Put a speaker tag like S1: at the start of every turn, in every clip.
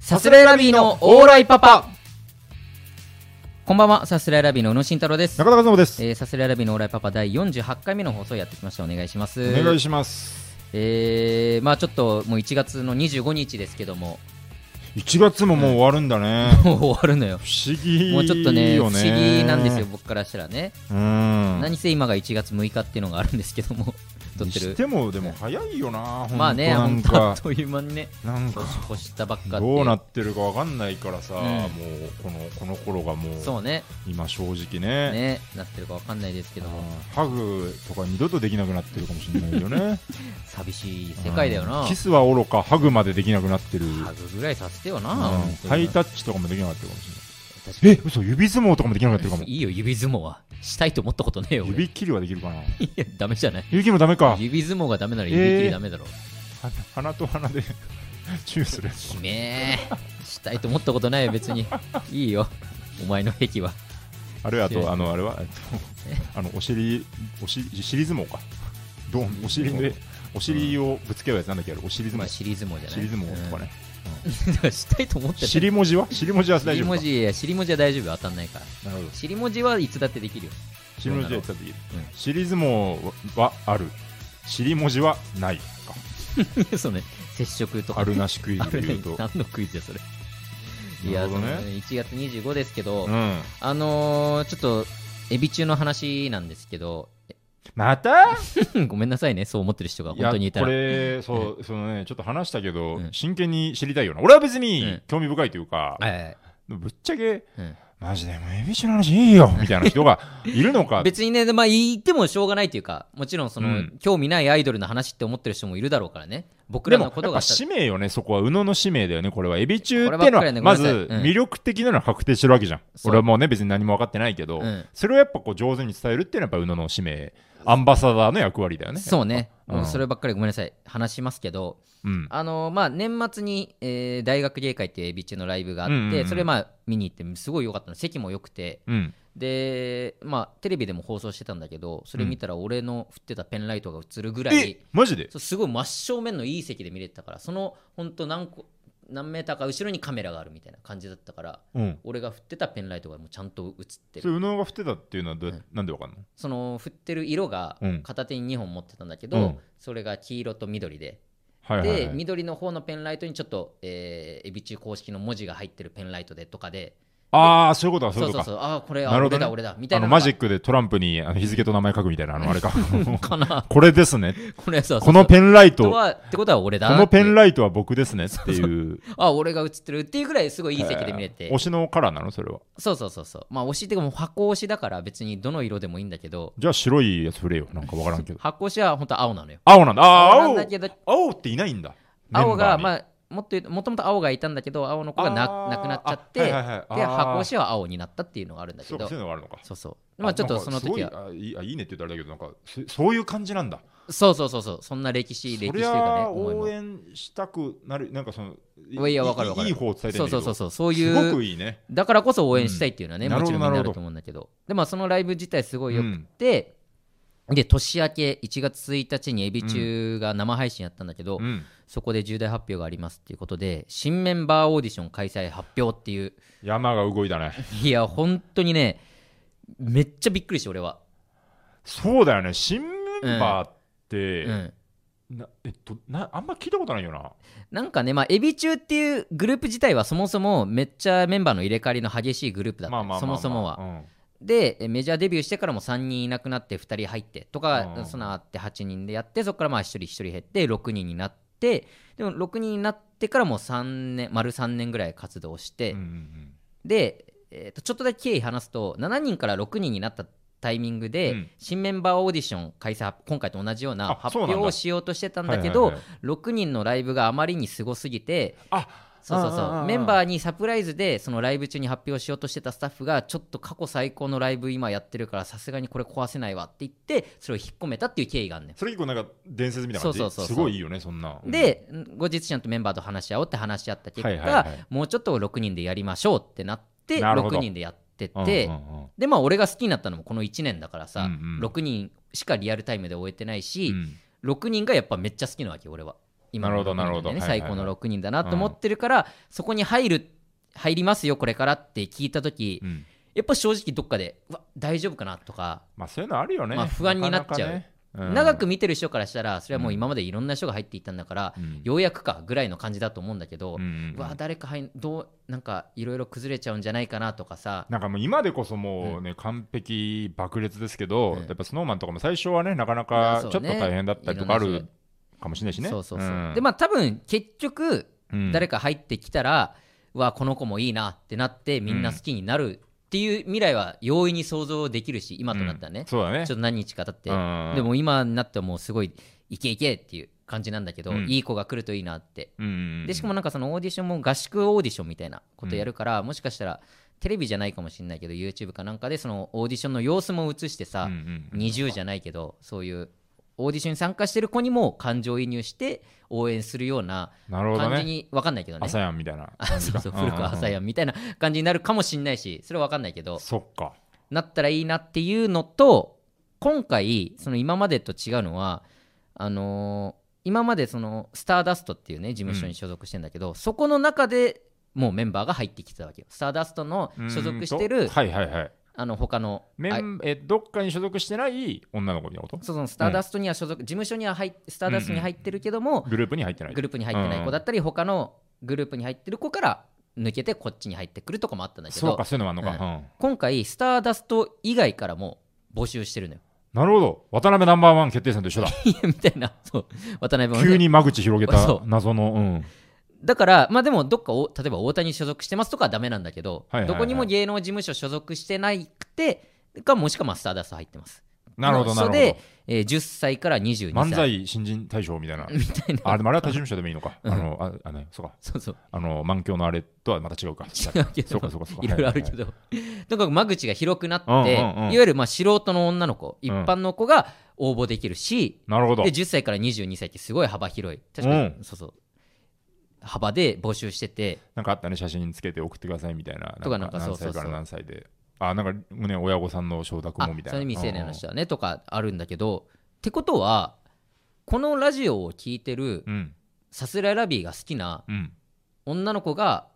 S1: サスレラビーのオーライパパこんばんは、サスレラビーの宇野慎太郎です。
S2: 中田和伸です。
S1: えー、サスレラビーのオーライパパ第48回目の放送やってきました。お願いします。
S2: お願いします。
S1: えー、まあちょっともう1月の25日ですけども、
S2: 1月ももう終わるんだね。
S1: もう終わるのよ。
S2: 不思議
S1: もうちょっとね、不
S2: よ
S1: 思議なんですよ、。僕からしたらね。
S2: うん。
S1: 何せ今が1月6日っていうのがあるんですけど も、撮っ
S2: に
S1: て
S2: し
S1: る。
S2: てもでも早いよな。
S1: まあね、
S2: ほ
S1: 本
S2: んと
S1: 当
S2: な
S1: あ
S2: ん
S1: っ
S2: か
S1: という間にね、
S2: なんか
S1: 年越したばっかっていう
S2: どうなってるかわかんないからさ、
S1: うん
S2: もうこのこの頃がもう
S1: そうね、
S2: 今正直ね。
S1: ね、なってるかわかんないですけ
S2: うん
S1: ども、
S2: ハグとか二度とできなくなってるかもしれないよね
S1: 寂しい 世界だよな
S2: うんキ。スはおろかハグまでできなくなってる、
S1: ハグぐらいさせてよな。
S2: うん
S1: 本当に
S2: ハイタッチとかもできなかったかもし
S1: 確か
S2: れ
S1: に
S2: ないえ嘘指相撲とかもできなかったかも
S1: いいよ、指相撲は。したいと思ったことねえよ、俺。
S2: 指切りはできるかない
S1: や、 ダメじゃない。
S2: 指切りもダメか
S1: 指相撲がダメなら指切りダメだろ。
S2: 鼻鼻と鼻で チューするやつ
S1: ひめえ。したいと思ったことないよ、別 に。いいよ、お前の癖は。
S2: あれあ
S1: 違う
S2: とあのあれはえっとあのお尻お尻尻相撲かどうお尻でお尻をぶつけ合うやつなんだっけあれお尻相
S1: まあ、
S2: 撲
S1: シリーズ相撲じゃない。
S2: 尻相撲とかね、
S1: うん。 だからしたいと思ったら。
S2: 尻文字は尻文字は大
S1: 尻
S2: 丈夫
S1: 文
S2: か
S1: 字、尻文字は大丈夫よ当たんないから。
S2: なるほど
S1: 尻文字はいつだってできるよ。
S2: 尻文字は言ったらいい
S1: うん
S2: 尻相撲はある尻文字はないか
S1: そうね、接触とか。
S2: あるなしクイズ
S1: あ
S2: で
S1: る
S2: 言
S1: ね
S2: うと
S1: 何のクイズだそれ。い
S2: な
S1: や、
S2: るほどね
S1: その1月25ですけど、
S2: うん
S1: あのー、ちょっと、エビ中の話なんですけど、
S2: また
S1: ごめんなさいね、そう思ってる人が
S2: いや
S1: 本当にいたら。
S2: これそうそのねちょっと話したけど、
S1: うん
S2: 真剣に知りたいよな俺は別
S1: う
S2: に
S1: ん
S2: 興味深いというか、
S1: はいはいはい
S2: ぶっちゃけ、
S1: うん
S2: マジでもうエビシの話いいよみたいな人がいるの か
S1: 別にね、まあ、言ってもしょうがないというか、もちろんその、
S2: うん
S1: 興味ないアイドルの話って思ってる人もいるだろうからね、僕
S2: で
S1: ら
S2: もや
S1: の
S2: っ
S1: こと
S2: ぱ
S1: がさ
S2: 使命よねそこは宇野の使命だよねこれはエビ中って
S1: これ
S2: の
S1: ばっかりはね
S2: は、
S1: ごめ
S2: ま
S1: んなさい
S2: ず
S1: うん
S2: 魅力的なのは確定してるわけじゃん、
S1: そう
S2: 俺はもうね別に何も分かってないけど、
S1: うん
S2: それをやっぱこう上手に伝えるっていうのはやっぱ宇野の使命アンバサダーの役割だよね
S1: そうね、
S2: うん
S1: もうそればっかりごめんなさい、話しますけど、
S2: うん
S1: あのーまあ、年末に、えー大学芸会っていうエビ中のライブがあって、
S2: うんうんうん
S1: それ、まあ、見に行って、すごい良かったの、席も良くて、
S2: うん
S1: で、まあ、テレビでも放送してたんだけど、それ見たら、俺の振ってたペンライトが映るぐらい、
S2: えマジで
S1: そうすごい真正面のいい席で見れてたからその本当何個何メーターか後ろにカメラがあるみたいな感じだったから
S2: うん
S1: 俺が振ってたペンライトがもうちゃんと映って
S2: それ
S1: る
S2: 宇野が振ってたっていうのはどうや
S1: うん
S2: なんでわかんの
S1: その振ってる色が
S2: うん
S1: 片手に2本持ってたんだけど、
S2: うん
S1: それが黄色と緑で、
S2: はいはい、
S1: で
S2: はい、
S1: 緑の方のペンライトにちょっと、えーエビ中公式の文字が入ってるペンライトでとかで
S2: ああそういうことはそうい
S1: そうう
S2: こ
S1: そう
S2: と
S1: そ
S2: か
S1: うああこれあ
S2: なるほ
S1: 俺
S2: どね
S1: だ俺だみたい
S2: あ
S1: な
S2: の
S1: のが
S2: マジックでトランプにあの日付と名前書くみたいなあのあれか
S1: かな
S2: これですね
S1: このやつは
S2: このペンライト
S1: ンはってことは俺だ
S2: このペン
S1: イ
S2: ライトは僕ですねっていう。
S1: トあ俺が映ってるっていうぐらいすごいいい席で見れて、
S2: えー推しのカラーなのそれは。
S1: そうそうそうそう。まあ推しっていうかもう箱推しだから別にどの色でもいいんだけど、
S2: じゃあ白いやつ振れよ。なんかわからんけど。
S1: 箱推しは本当青なのよ。
S2: 青なんだ。あー
S1: 青なんだ
S2: 青
S1: けど、
S2: 青っていないんだ。
S1: 青が、
S2: あ、
S1: まあ、もっと言うと、もともと青がいたんだけど、青の子がななくなっちゃって、
S2: あはいはいはい
S1: で、
S2: あー
S1: 箱推しは青になったっていうのがあるんだけ
S2: そう
S1: ど、
S2: かそ
S1: そうう
S2: いうのがあるのか。
S1: そうまあちょっとその時
S2: は。
S1: は、
S2: なんかすごいあいいいいねって言ったらあれだけど、なんかそそういう感じなんだ。
S1: そうそうそうそう、そんな歴史、歴史
S2: そ
S1: と
S2: り
S1: いう
S2: ゃ
S1: かね、
S2: あ
S1: 思い
S2: 応
S1: も。
S2: 援したくなる、なんかその、
S1: いやわかるわかる
S2: いい方を伝えて
S1: そうそうそう
S2: う。
S1: そう、そう
S2: すご
S1: い
S2: く
S1: う、
S2: いいね。
S1: だからこそ応援したいっていうのはね、
S2: うん
S1: もちろんみんな
S2: な
S1: あ
S2: るほど
S1: ると思うんだけど、で、まあそのライブ自体すごいよ
S2: う
S1: く
S2: ん
S1: て、で、年明け1月1日にエビ中が生配信やったんだけど、
S2: うん
S1: そこで重大発表がありますっていうことで、新メンバーオーディション開催発表っていう、
S2: 山が動いたね。
S1: いや、本当にね、めっちゃびっくりして、俺は。
S2: そうだよね。新メンバーっ
S1: う
S2: て、
S1: ん、
S2: なえっとな、あんま聞いたことないよな。
S1: なんかね、まあ、エビ中っていうグループ自体はそもそもめっちゃメンバーの入れ替わりの激しいグループだった、
S2: まあまあまあまあ
S1: そもそもは。
S2: うん
S1: で、メジャーデビューしてからも3人いなくなって、2人入ってとか、
S2: うん
S1: そのあって8人でやって、そこからまあ1人1人減って、6人になって、でも6人になってからもう3年、丸3年ぐらい活動して、
S2: うんうんうん
S1: で、えーとちょっとだけ経緯話すと7人から6人になったタイミングで、
S2: うん
S1: 新メンバーオーディション開催今回と同じような
S2: あ
S1: 発
S2: そうなん
S1: 表
S2: だ
S1: をしようとしてたんだけ
S2: はい
S1: ど
S2: はいはい
S1: 6人のライブがあまりにすごすぎて
S2: あ
S1: そうそうそ
S2: あああ
S1: う
S2: あ
S1: メンバーにサプライズでそのライブ中に発表しようとしてたスタッフがちょっと過去最高のライブ今やってるからさすがにこれ壊せないわって言ってそれを引っ込めたっていう経緯があんねん。
S2: それ結構なんか伝説みたいな感じ
S1: そうそうそうそう
S2: すごいいいよねそんな
S1: で後日ちゃんとメンバーと話し合おうって話し合った結果、
S2: はいはいはい
S1: もうちょっと6人でやりましょうってなって
S2: なるほど
S1: 6人でやってて、
S2: うんうんうん
S1: でまあ俺が好きになったのもこの1年だからさ、
S2: うんうん
S1: 6人しかリアルタイムで終えてないし
S2: う、ん
S1: 6人がやっぱめっちゃ好きなわけよ俺は今の
S2: なるほどなるほど
S1: 6人だよね
S2: はいはいはい
S1: 最高の6人だなと思ってるから、そこに入る入りますよこれからって聞いた時、
S2: うん
S1: やっぱ正直どっかでうわ大丈夫かなとか、
S2: まあそういうのあるよね。
S1: まあ不安になっちゃう
S2: なかなかね
S1: 長く、見てる人からしたらそれはもう今までいろんな人が入っていったんだから、
S2: うん
S1: ようやくかぐらいの感じだと思うんだけど、
S2: うんうん
S1: うわ誰か入んどうなんかいろいろ崩れちゃうんじゃないかなとかさ
S2: なんかもう今でこそもうね、完璧爆裂ですけど、
S1: うん
S2: やっぱスノーマンとかも最初はねなかな
S1: まあ
S2: か
S1: そうね
S2: ちょっと大変だったりとかあ
S1: いろんな
S2: る
S1: 人
S2: かもしれないしね。
S1: そうそうそう、
S2: ん
S1: でまあ多分結局
S2: うん
S1: 誰か入ってきたら、うわこの子もいいなってなってみんな好きになるっていう未来は容易に想像できるし今となったらね、
S2: うんそうだね
S1: ちょっと何日か経って、
S2: うん
S1: でも今になってはもうすごいいけいけっていう感じなんだけど、
S2: うん
S1: いい子が来るといいなって
S2: うん
S1: でしかもなんかそのオーディションも合宿オーディションみたいなことやるから、もしかしたらテレビじゃないかもしれないけど YouTube かなんかでそのオーディションの様子も映してさ、
S2: うんうん
S1: 20じゃないけどそういうオーディションに参加してる子にも感情移入して応援するような
S2: なるほど
S1: 感じ
S2: ね。
S1: に分かんないけどね
S2: 朝やんみたいな。
S1: あそうそう古くは朝やんみたいな感じになるかもしんないしそれは分かんないけど
S2: そっか。
S1: なったらいいなっていうのと今回その今までと違うのはあのー今までそのスターダストっていうね事務所に所属してんだけど、そこの中でもうメンバーが入ってきてたわけよスターダストの所属して
S2: うん
S1: る
S2: とはいはいはい。
S1: あの他の
S2: メ
S1: あ
S2: ンえどっかに所属してない女の子みたいなこと
S1: そうそのスターダストには所属、事務所には入っスターダストに入ってるけども、
S2: グループに入ってない
S1: グ。ループに入ってない子だったり、他のグループに入ってる子から抜けてこっちに入ってくるとかもあったんだけ
S2: そう
S1: ど
S2: かそういうのもあるのか。うん
S1: 今回スターダスト以外からも募集して るのよ
S2: なるほど。渡辺ナンバーワン決定戦と 一緒だ。
S1: いやみたいなそう渡辺もね
S2: 急に間口広げ
S1: そう
S2: た謎の。うん
S1: だからまあでもどっかお例えば大谷所属してますとかはダメなんだけど、
S2: はいはい
S1: ど
S2: はい
S1: こにも芸能事務所所属してないくてかもしくはまあスターダスト入ってます
S2: なるほどなる
S1: そ
S2: ほ
S1: れ
S2: ど
S1: で。、えー10歳から22歳
S2: 漫才新人大賞みたいな。
S1: みたいな
S2: あ、でもあれは他事務所でもいいのか。あの、あ、あの、そうか。
S1: そうそう
S2: あの、満響のあれとはまた違うか。
S1: 違うけど
S2: そうか、そうか、そうか。
S1: いろいろあるけ
S2: は
S1: ど、とにかく間口が広くなって、
S2: うんうんうん
S1: いわゆるまあ素人の女の子、一般の子が応募できるし、
S2: いはいはい。なるほど
S1: で。10歳から22歳ってすごい幅広い、確かに、
S2: う
S1: そうそう、幅で募集してて、
S2: なんかあったね、写真つけて送ってくださいみたいな。
S1: とかなんか
S2: 何
S1: そうそう
S2: 歳
S1: そう
S2: から何歳で。あ、なんかね、親御さんの承諾
S1: あ
S2: もみたい
S1: そ
S2: な。
S1: れ未成年の
S2: 人。
S1: 人はね、とかあるんだけど、ってことは、このラジオを聞いてる
S2: うん。
S1: さすらいラビーが好きな
S2: うん。
S1: 女の子が、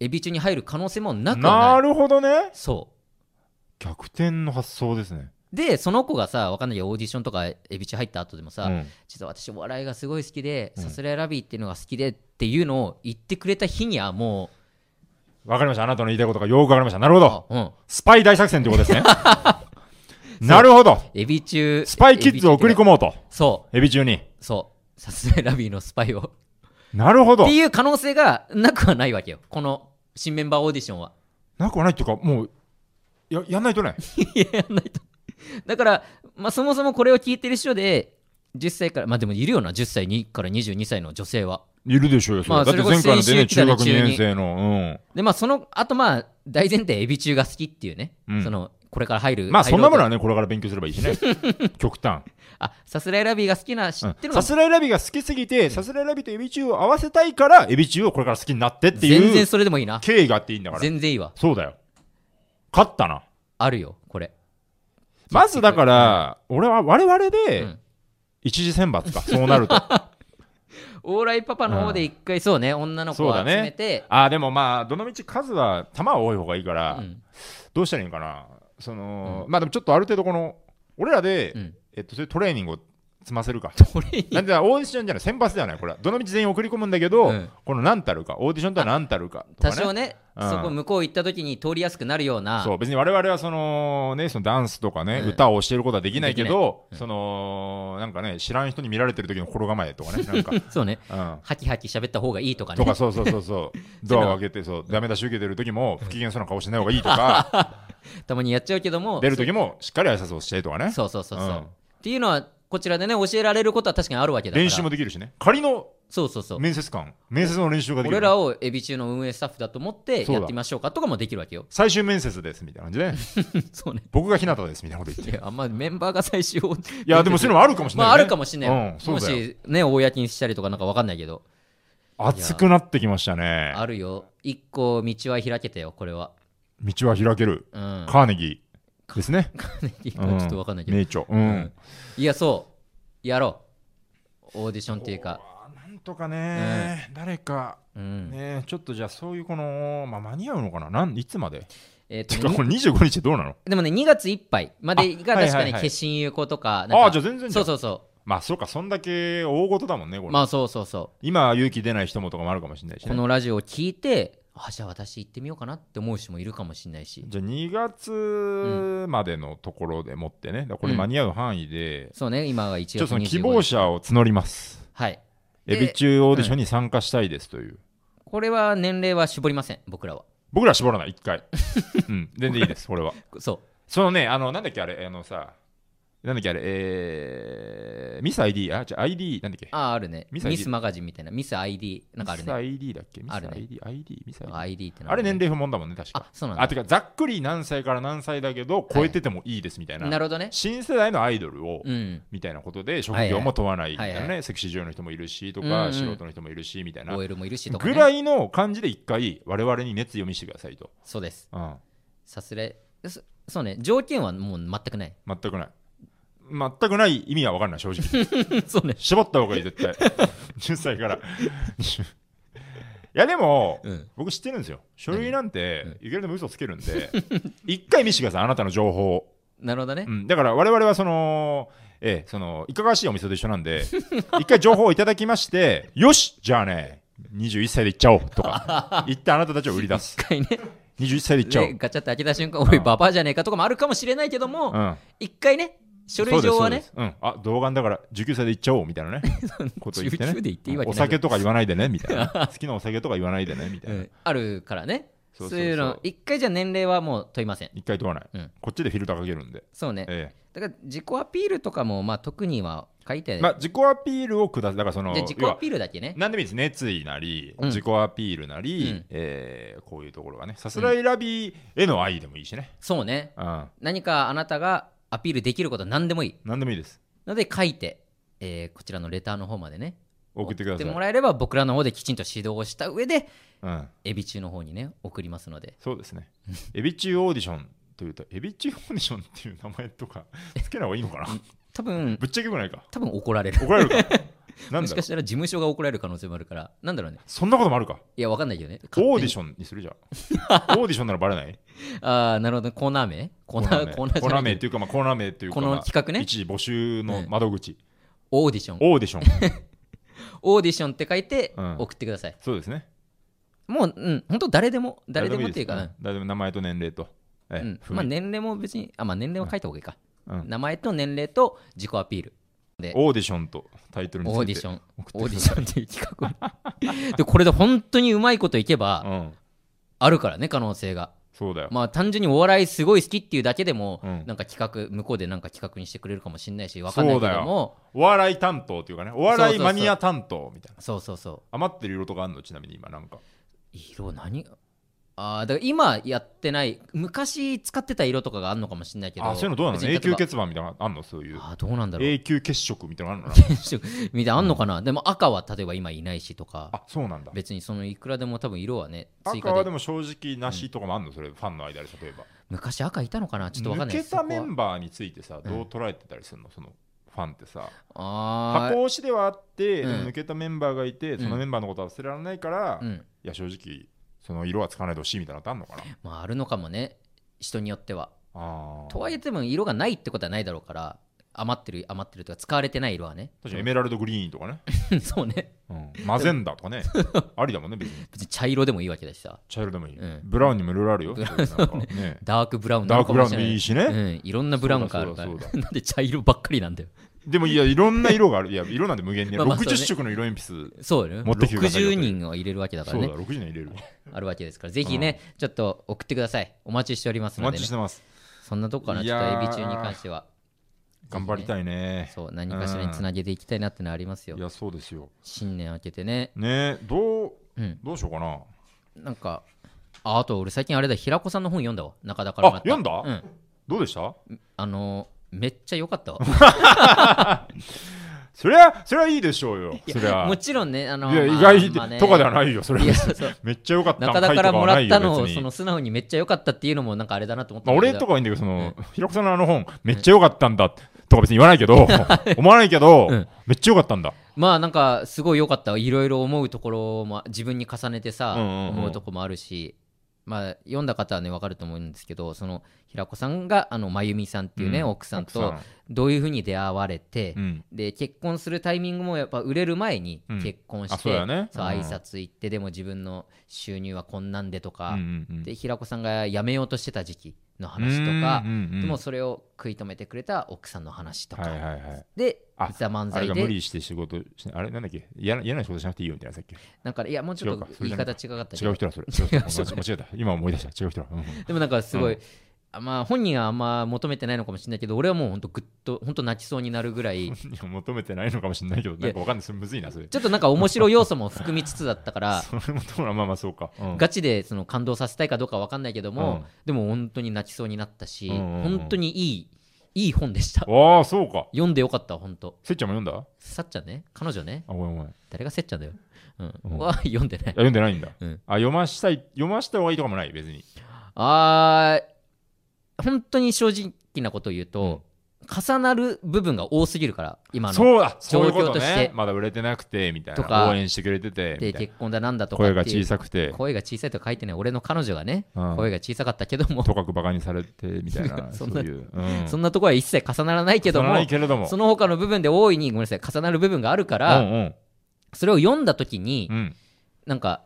S1: エビ中に入る可能性もなくはない。
S2: なるほどね。
S1: そう
S2: 逆転の発想ですね。
S1: で、その子がさ、わかんないけどオーディションとかエビ中入った後でもさ、
S2: うん
S1: 実は私お笑いがすごい好きで、
S2: うん
S1: さすらいラビーっていうのが好きでっていうのを言ってくれた日にはも
S2: わかりました。あなたの言いたいことがよくわかりました。な
S1: う、
S2: るほど。
S1: あうん、
S2: スパイ大作戦ってこと ですね。 なるほど。
S1: エビ中
S2: スパイキッズを送り込
S1: む
S2: もうと。
S1: そ
S2: エビ中に。
S1: うそうさすらいラビーのス パイを
S2: なるほど
S1: って。いう可能性がなくはないわけよこの新メンバーオーディションは
S2: なくはないっていうか、もう、ややんないとね。
S1: いややんないとだから、まあ、そもそもこれを聞いてる人で10歳からまあでもいるよな10歳にから22歳の女性はい
S2: るでしょうよ、それ
S1: まあ
S2: だって
S1: それこ
S2: 前
S1: そ
S2: 回のでね、
S1: 先週
S2: 中
S1: 来
S2: 学
S1: たね
S2: 2年生の。
S1: でまあそのあとまあ大前提エビ中が好きっていうね、
S2: うん
S1: そのこれから入
S2: う
S1: る
S2: ん、まあ、そんなも
S1: 入ろ
S2: の
S1: う
S2: はね、これから勉強すればいい しね。極端。
S1: とあさすらいラビーが好きな知
S2: う
S1: っ
S2: ん
S1: てるのは
S2: さすらいラビが好きすぎて、さすらいラビとエビ中を合わせたいから、エビ中をこれから好きになってって
S1: 全
S2: い
S1: 然
S2: う
S1: それでもいいな
S2: 経緯があっていいんだから。
S1: 全然いいわ
S2: そうだよ。勝ったな。
S1: あるよこれ
S2: まずだから、俺は、我々
S1: う
S2: で
S1: ん、
S2: 一次選 抜か、そうなると。あ
S1: オーライパパの方で一回そうね、女の子
S2: そ
S1: を
S2: う
S1: 集
S2: だね
S1: めて
S2: あ、でもまあ、どのみち数は、球は多い方がいいから
S1: う、ん
S2: どうしたらいいんかなその、まあでもちょっとある程度この俺らで、
S1: うん
S2: えっと、そういうトレーニングを積ませる か
S1: これに
S2: なんでオーディションじゃない選抜ではないこれはどの道全員送り込むんだけど、
S1: うん
S2: この何たるかオーディションとは何たるかと
S1: 多
S2: か、ね、
S1: 少ね、
S2: うん
S1: そこ向こう行った時に通りやすくなるような
S2: そう別に我々はその,、ね、そのダンスとかね、
S1: うん
S2: 歌を教えることはできないけど、
S1: できないうん
S2: そのなんかね知らん人に見られてる時の心構えとかね なんか、
S1: そうね
S2: うん、
S1: ハキハキ喋った方がいいとかね
S2: とかそうそうそうそう ドアを開けてそうダメ出し受けてる時も不機嫌そうな顔しない方がいい とか
S1: たまにやっちゃうけども
S2: 出る時もしっかり挨拶をしてとかね
S1: そうそうそうそう、
S2: うん
S1: っていうのはこちらでね教えられることは確かにあるわけだから
S2: 練習もできるしね仮の
S1: そうそうそう
S2: 面接官面接の練習ができる
S1: 俺らをエビ中の運営スタッフだと思ってやってみましょうかとかもできるわ けよ
S2: 最終面接ですみたいな感じで
S1: そうね
S2: 僕が日向ですみたいなこと言っ
S1: い
S2: て
S1: やあんまメンバーが最終を
S2: いやでもそういうのもあるかもしれ
S1: ま
S2: ない、ね
S1: ああるかもしれないよ、
S2: うんそう
S1: も
S2: だよ
S1: しね公にしたりとかなんかわかんないけど
S2: 熱くなってきましたね
S1: あるよ一個道は開けたよこれは
S2: 道は開ける
S1: うん
S2: カーネギーですね、
S1: ち
S2: う
S1: ょ
S2: ん、
S1: っとわかんないけど、
S2: 名著うん、
S1: いやそうやろうオーディションっていうか
S2: あーなんとかね、誰か、
S1: うん
S2: ね、ちょっとじゃあそういうこの、まあ、間に合うのかななんいつまで
S1: えー
S2: て
S1: と
S2: か
S1: ね
S2: これ25日どうなの
S1: でもね2月いっぱいまでが
S2: あはい
S1: 確か
S2: はいはい
S1: に決心有効とかなんか
S2: ああじゃあ全然じ
S1: そ
S2: ゃ
S1: うんそうそ
S2: まあそうかそんだけ大事だもんねこ
S1: う
S2: れ、
S1: まあそうそうそ
S2: 今勇気出ない人もとかもあるかもしれないうし、
S1: こ
S2: ね、
S1: のラジオを聞いてあじゃあ私行ってみようかなって思う人もいるかもしれないし
S2: じゃあ2月までのところでもってねだからこれ間に合う範囲で、
S1: そうね今が1
S2: ちょっと
S1: 月
S2: その
S1: 25
S2: 希望
S1: 日
S2: 者を募ります
S1: はいで
S2: エビ中オーディションに参加したいですという、
S1: これは年齢は絞りません僕らは
S2: 僕らは絞らない1回、 うん、全然いいですこれは
S1: そ
S2: そのね、あの、なんだっけ、あれ、あのさ、なんだっけ、あれ、えー、ミス ID、あ、じゃあ ID、なんだっけ
S1: う、あああるね
S2: ミ
S1: ミ
S2: ス
S1: ス
S2: ID
S1: マガジンみたいなミス ID なんかある
S2: ミス
S1: ね
S2: ID だっけミス
S1: あるね
S2: ID、ID、ミス ID。
S1: ID っての
S2: あ
S1: が
S2: れ
S1: るね
S2: 年齢不問だもんね、確か。
S1: あそうなん
S2: あ、
S1: だ
S2: てか、ざっくり何歳から何歳だけど、超えててもいいですみたいな。
S1: なるほどね
S2: 新世代のアイドルを、
S1: うん
S2: みたいなことで、職業も問わないみたいなね、
S1: はいは
S2: セクシー女優の人もいるし、と
S1: うん
S2: か、
S1: うん
S2: 素人の人もいるし、みたいな。
S1: OL もいるしとか、ね、
S2: ぐらいの感じで一回、我々に熱読みしてくださいと。
S1: そうです
S2: うん。
S1: さすれそそうね条件はもう全く ない
S2: 全くない。全くない意味は分かんない、正直。
S1: そうね
S2: 絞った方がいい絶対 10歳から いやでも、
S1: うん
S2: 僕知ってるんですよ書類なんて
S1: 何うん
S2: いくらでも嘘つける んで一回見してくださいあなたの情報を、
S1: なるほどね
S2: う、ん、だから我々はそのええそのいかがわしいお店と一緒な んで一回情報をいただきましてよしじゃあね21歳で行っちゃおう とか言ってあなたたちを売り出す
S1: 一回ね
S2: 21歳で行っちゃおう、
S1: ねガチャって開けた瞬間、おい、
S2: うん
S1: ババアじゃねえかとかもあるかもしれないけども、
S2: うん、
S1: 一回ね、書類上はね、
S2: そうですそうですうん、あ童顔だから19歳で行っちゃおうみ たいなねこと言ってね
S1: 19で行っていいわけな
S2: お
S1: いじゃん
S2: 酒とか言わないでねみたいな 好きなお酒とか言わないでねみたいな、
S1: うんあるからね、
S2: そ
S1: そうう
S2: そうそう
S1: いうの、一回じゃ年齢はもう問いません。
S2: 一回問わない、
S1: うん
S2: こっちでフィルターかけるんで、
S1: そうね、
S2: え
S1: だから自己アピールとかも、まあ、特には書いて
S2: え
S1: な
S2: ま
S1: い、
S2: あ、自己アピールをくださいだからその
S1: じゃあ自己
S2: 要
S1: ア
S2: は
S1: ピールだけね、
S2: 何でもいいです熱意なり、
S1: うん
S2: 自己アピールなり、
S1: うん
S2: ええこういうところがねさすらいラビーへの愛でもいいしね、
S1: そうね、
S2: うん、
S1: 何かあなたがアピールできること、何でもいい。
S2: 何でもいいです
S1: ので、書いて、えーこちらのレターの方までね、
S2: 送ってください、
S1: もらえれば、僕らの方できちんと指導をした上で、
S2: うん、
S1: エビ中の方にね、送りますので、
S2: そうですねエビ中オーディションというとエビ中オーディションっていう名前とかつけない方がいいのかな
S1: 多分
S2: ぶっちゃけよくないか
S1: 多分怒られる。
S2: 怒ら れるかなん
S1: も
S2: だ
S1: し
S2: ろ
S1: か
S2: う
S1: したら事務所が怒られる可能性もあるから、なんだろうね。
S2: そんなこともあるか
S1: いや、わかんないけどね。
S2: オーディ
S1: ョ
S2: ションにする じゃんオーディションならバレない
S1: ン。ああ、なるほど。コーナー名コーナー、コーナー
S2: コ
S1: じ
S2: ー
S1: ゃ
S2: ナ
S1: な
S2: ー
S1: い
S2: 名っていうか、まあ、コーナー名っていうか、
S1: この
S2: まあ
S1: 企画ね
S2: 一時募集の窓口、
S1: オーディション。
S2: オーディシ ョン
S1: オーディションって書いて
S2: うん
S1: 送ってください。
S2: そうですね
S1: もう、うん、本当誰でも、誰でもっていう
S2: 誰
S1: か、
S2: でです誰でも名前と年齢と、え
S1: う
S2: え
S1: ん。
S2: 雰囲気
S1: まあ、年齢も別に、あ、まあ、年齢は書いた方がいいか。
S2: うん
S1: 名前と年齢と自己アピール。
S2: オーディションとタイトルについて
S1: オーディション。オ
S2: 送っ
S1: ーデ
S2: てく
S1: ィ
S2: だ
S1: シ
S2: さい
S1: ョンっていう企画を で、これで本当にうまいこといけば、
S2: うん、
S1: あるからね、可能性が。
S2: そうだよ、
S1: まあ、単純にお笑いすごい好きっていうだけでも、
S2: うん
S1: なんか企画、向こうでなんか企画にしてくれるかもしれないし、わかんないけども、
S2: お笑い担当っていうかねお笑いマニア担当みたいな
S1: そうそうそう。
S2: 余ってる色とかあるのちなみに今なんか
S1: 色何あーだから今やってない昔使ってた色とかがあるのかもしれないけど
S2: あそういうのどうなの
S1: 別に例
S2: 永
S1: えば
S2: 久欠番みたいなのあんのそういう
S1: あーどうなんだろう
S2: 永久欠色みたいなのあるのかな
S1: みたいなあんのかな、でも赤は例えば今いないしとか
S2: あそうなんだ
S1: 別にそのいくらでも多分色はね追
S2: 赤は
S1: 加
S2: で
S1: で
S2: も正直なしとかもあるのそれファンの間で例えば
S1: 昔赤いたのかなちょっとわかんない
S2: 抜けたメ
S1: そこ
S2: ンバーについてさ
S1: うん
S2: どう捉えてたりするの、そのファンってさ
S1: はあー
S2: 箱推しではあって、
S1: うん
S2: でも抜けたメンバーがいて
S1: ん
S2: そのメンバーのことは忘れられないから、
S1: う
S2: い
S1: ん
S2: や正直その色はつかないでほしいみたいなのってあんのかな
S1: まああるのかもね人によっては
S2: あー
S1: とはいえでも色がないってことはないだろうから余ってる余ってるとか使われてない色はね
S2: 確かにエメラルドグリーンとかね、
S1: そうね
S2: うん、マゼンダとかねありだもんね別に
S1: 別に茶色でもいいわけだしさ
S2: 茶色でもいい、
S1: うん
S2: ブラウンにもいろいろあるよ
S1: ブラ
S2: そういうなんかね
S1: ダークブラウンな
S2: ダー
S1: の
S2: ク
S1: か
S2: ブラウ
S1: も
S2: ン
S1: し
S2: で
S1: れ
S2: も
S1: ないう
S2: いしね、
S1: ん、いろんなブラウンがあるから、
S2: そうだそ
S1: なんで茶色ばっかりなんだよ。
S2: でもいやいろんな色があるいや色なんて無限にある
S1: まあまあそうね
S2: 60色の色鉛筆
S1: そうだよね。
S2: 持ってきてくださいよ
S1: 60人を入れるわけだか
S2: そ
S1: ら
S2: うだ
S1: ね。
S2: 60年入れる
S1: あるわけですから、ぜひね、ちょっと送ってください。お待ちしております
S2: お
S1: の
S2: 待
S1: で、
S2: ち
S1: ね
S2: し、てます
S1: そんなとこかな、
S2: い
S1: ちょ
S2: や
S1: っとエ
S2: ー
S1: ビ中に関しては。
S2: 頑張りたいね
S1: そう、何かしらにつなげていきたいなってのはありますよ
S2: い。やそうですよ
S1: 新年明けてね。
S2: ねどう
S1: うん。
S2: どうしようかな
S1: なんか、あ、あと俺最近あれだ、平子さんの本読んだわ。中田から
S2: あ
S1: もらった。
S2: 読んだ、
S1: うん。
S2: どうでした
S1: あのー、めっちゃ良かったわ。
S2: そりゃそりゃいいでしょうよそり ゃ
S1: もちろんね、あの
S2: いや
S1: ー、
S2: 意
S1: まあ
S2: 外
S1: まあね
S2: とかではないよそれ
S1: いや
S2: は
S1: そう
S2: めっちゃ良かった
S1: 中田からもらったの
S2: 回とかは
S1: を
S2: ないよ別
S1: そ
S2: に
S1: の素直にめっちゃ良かったっていうのもなんかあれだなと思った
S2: まあ
S1: んだけ
S2: 俺
S1: ど
S2: とかはいいんだけどその平子さんのあの本めっちゃ良かったんだととか別に言わないけど思わないけど、
S1: うん
S2: めっちゃ良かったんだ
S1: まあなんかすごい良かったいろいろ思うところも自分に重ねてさ、
S2: うんうんうん
S1: 思うとこもあるしまあ読んだ方はね分かると思うんですけどその平子さんがあの真由美さんっていうね、
S2: うん
S1: 奥さんと
S2: 奥
S1: どういうふうに出会われて
S2: さん、うん
S1: で結婚するタイミングもやっぱ売れる前に
S2: うん
S1: 結婚
S2: あ
S1: し
S2: そ
S1: て、
S2: うだよね
S1: そう
S2: うん
S1: 挨拶行ってでも自分の収入はこんなんでとか、
S2: うんうんうん
S1: で平子さんが辞めようとしてた時期の話とか、
S2: うんうんうん
S1: でもそれを食い止めてくれた奥さんの話とか、
S2: はいはいはい
S1: で
S2: あ
S1: 実は漫
S2: あれ
S1: 才
S2: が無
S1: で
S2: 理して仕事しあれなんだっけ嫌な嫌な仕事しなくていいよみたいなさっき
S1: なんかいやもうちょっと
S2: 違うかそ
S1: 言い
S2: れじゃない
S1: 方違かったけ
S2: 違
S1: ど
S2: う人だそれ違う人
S1: 違
S2: だ
S1: う人
S2: 間違えた今思い出した違う人だ、うんうん
S1: でもなんかすごい、
S2: う
S1: あまあ本人はあんま求めてないのかもしれないけど俺はもうほんとグッと本当泣きそうになるぐらい
S2: いや求めてないのかもしれないけどなんかわかんないそれむずいなそれ
S1: ちょっとなんか面白い要素も含みつつだったから
S2: それもどうなまあまあそうか、うん
S1: ガチでその感動させたいかどうかわかんないけども、
S2: うん
S1: でも本当に泣きそうになったし、
S2: うんうんうん
S1: 本当にいいいい本でした
S2: ああそうか
S1: 読んでよかった本当
S2: せっちゃんも読んだ
S1: さっちゃんね彼女ね
S2: あごめんごめんいや
S1: 誰がせっちゃんだよ、うん
S2: うん
S1: は読んでない
S2: 読んでないんだ、
S1: うん
S2: あ読ましたい読ました方がいいとかもない別に
S1: あー本当に正直なことを言うと、重なる部分が多すぎるから今の
S2: そうだそういうこ
S1: 状況
S2: と
S1: とし
S2: ね
S1: て
S2: まだ売れてなくてみたい
S1: とか
S2: な応援してくれてて
S1: で
S2: みたい
S1: 結婚だなんだ
S2: な
S1: とかってい
S2: 声
S1: う
S2: が小さくて
S1: 声が小さいとか書いてない俺の彼女がね、
S2: うん
S1: 声が小さかったけども、
S2: とかくバカにされてみたい な
S1: そ
S2: そ
S1: ん
S2: う
S1: な
S2: いう、うん、
S1: そんなところは一切重ならないけど
S2: そんな
S1: も
S2: ないけれども
S1: その他の部分で大いにごめんなさい重なる部分があるから、
S2: うんうん
S1: それを読んだ時に、
S2: うん、
S1: なんか